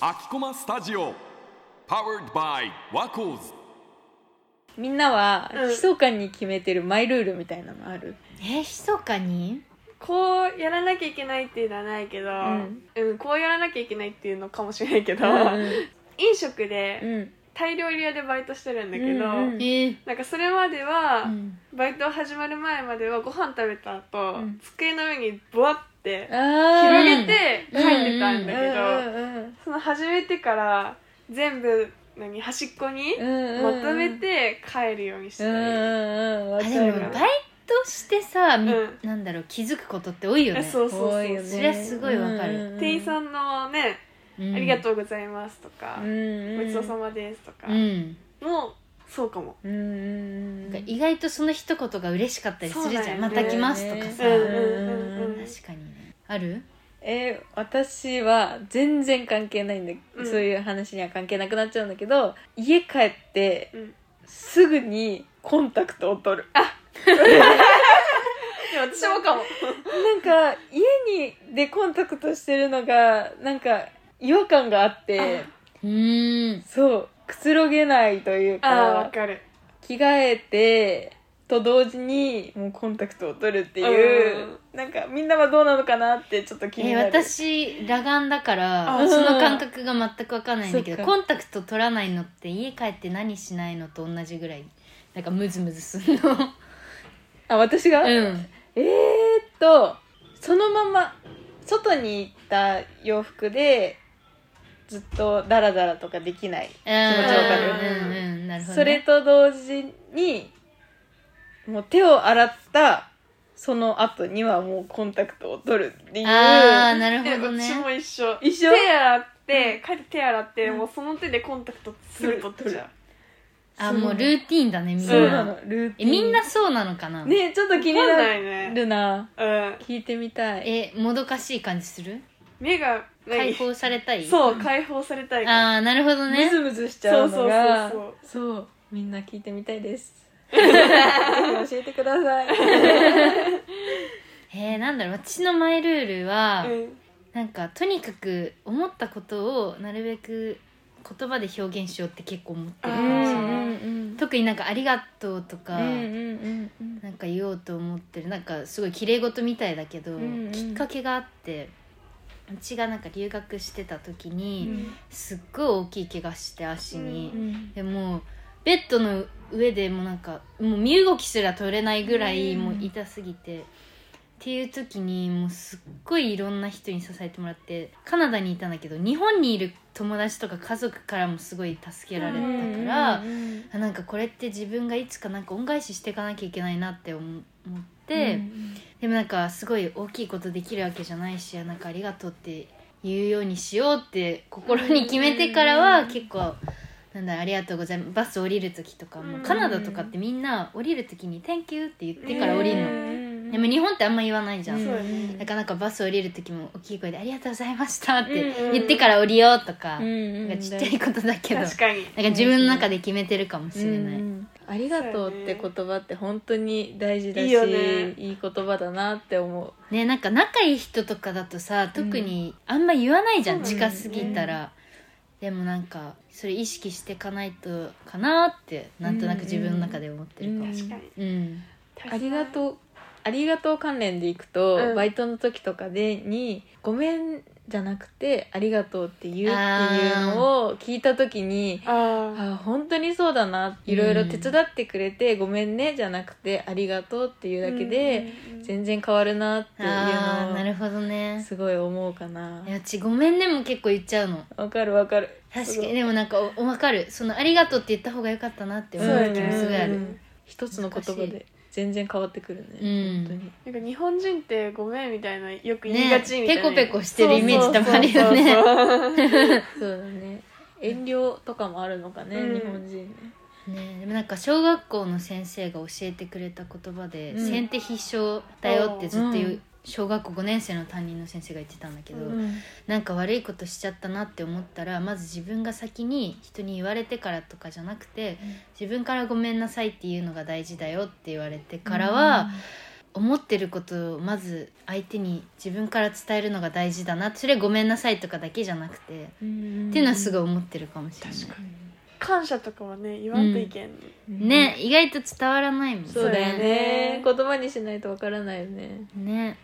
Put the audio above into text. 秋駒スタジオ Powered by ワコーズみんなはうん密かに決めてるマイルールみたいなのある、え密かにこうやらなきゃいけないっていうのはないけど、うんんこうやらなきゃいけないっていうのかもしれないけど、飲食でうんタイ料理屋でバイトしてるんだけど、うんうんえーなんかそれまでは、うんバイト始まる前まではご飯食べた後、うん机の上にボワってあ広げて書いてたんだけど、ーうんその始めてから全部何端っこにうんうんうんまとめて帰るようにしたうんうんり、うんわあかでるもバイトしてさ、みうんなんだろう気づくことって多いよえねそうそうそう多いよねそれはすごいわかるうんうんうん店員さんのね、うんありがとうございます」とかうんうんごちそうさまです」とか、うんもうそうかも。うんうんうんなんか意外とその一言が嬉しかったりするじゃそん、うだよねまた来ますとかさ、うんうんうんうん確かにねあるえー私は全然関係ないんだ、うんそういう話には関係なくなっちゃうんだけど家帰ってうんすぐにコンタクトを取るでも私もかも。なんか家にでコンタクトしてるのがなんか違和感があってうんそうくつろげないという ああわかかる。着替えてと同時にもうコンタクトを取るっていう、なんかみんなはどうなのかなってちょっと気にえなる、私裸眼だからあその感覚が全くわかんないんだけそどっかコンタクト取らないのって家帰って何しないのと同じぐらいなんかムズムズする のあ私が、うんえー、っとそのまま外に行った洋服でずっとダラダラとかできない、気持ちわかるうんうんうんなるほそどねれと同時にもう手を洗ったその後にはもうコンタクトを取るっていうああなるでほどね私も一緒。一緒手洗って、帰って手洗って、うんもうその手でコンタクトすぐ取っちゃう。あもうルーティンだねみんそうななのルーテえィンみんなそうなのかな、ねちょっと気にわかんなないね。るなうん。聞いてみたいえもどかしい感じする目が、解放されたいそう、解放されたいから。ああなるほどムねズムズしちゃうのがそうそうそうみんな聞いてみたいです ぜひ教えてくださいえー、なんだろう私のマイルールは、うん。なんかとにかく思ったことをなるべく言葉で表現しようって結構思ってるうかんもうしれなんいうん特になんか「ありがとう」とうか、んうんうんなんか言おうと思ってるなんかすごい綺麗事みたいだけど、うんうんきっかけがあってうちがなんか留学してた時に、すっごい大きい怪我して足に、うんでもうベッドの上でもうなんかもう身動きすら取れないぐらいうんもう痛すぎて、っていう時にもうすっごいいろんな人に支えてもらってカナダにいたんだけど日本にいる友達とか家族からもすごい助けられたから、うんあなんかこれって自分がいつかなんか恩返ししていかなきゃいけないなって思思っうて、んでもなんかすごい大きいことできるわけじゃないしあなんかありがとうって言うようにしようって心に決めてからうはん結構なんだろうありがとうございますバス降りる時とかうもんカナダとかってみんな降りる時に「Thank you」って言ってから降りるうの、んでも日本ってあんま言わないじゃん、そうだうんね。だからなんかバス降りる時も大きい声で「ありがとうございました」ってうん言ってから降りようとか,、うんうんなんかちっちゃいことだけどなん確かかに。自分の中で決めてるかもしれない、うんありがとうって言葉って本当に大事だしいいよねいい言葉だなって思うねなんか仲いい人とかだとさ特にあんま言わないじゃそん、う近だねすぎたら、でもなんかそれ意識してかないとかなってなんとなく自分の中で思ってるかもし確かに。れない、うんありがとうありがとう関連でいくと、うんバイトの時とかでに「ごめん」じゃなくて「ありがとう」って言うっていうのを聞いた時にう。ああー本当にそうだないろいろ手伝ってくれて「ごめんね」じゃなくて「ありがとう」っていうあ。だけでうんうんうん、全然変わるなっていああなうるほどのをねすごい思うかないやうち「ごめんね」も結構言っちゃうのわかるわかる確すかごいにでもなんかお分かるその「ありがとう」って言った方が良かったなって思そううよ時ねもすごいあうるん一つの言葉で全然変わってくるね、うん本当になんか日本人ってごめんみたいなよく言いがねちみたいペな。コペコしてるイメージたまるよねそうそうそうそう そうだね遠慮とかもあるのかね、うん日本人ねねでもなんか小学校の先生が教えてくれた言葉で「うん先手必勝だよ」ってずっと言う、うん小学校5年生の担任の先生が言ってたんだけど、うなんか悪いことしちゃったなって思ったらまず自分が先に人に言われてからとかじゃなくて、うん自分から「ごめんなさい」っていうのが大事だよって言われてからは、思ってることをまず相手に自分から伝えるのが大事だなそれはごめんなさいとかだけじゃなくて、っていうのはすごい思ってるかもしれない確かに感謝とかはね言わんといけん、ね意外と伝わらないもんそうだよねそう言葉にしないとわからないよねね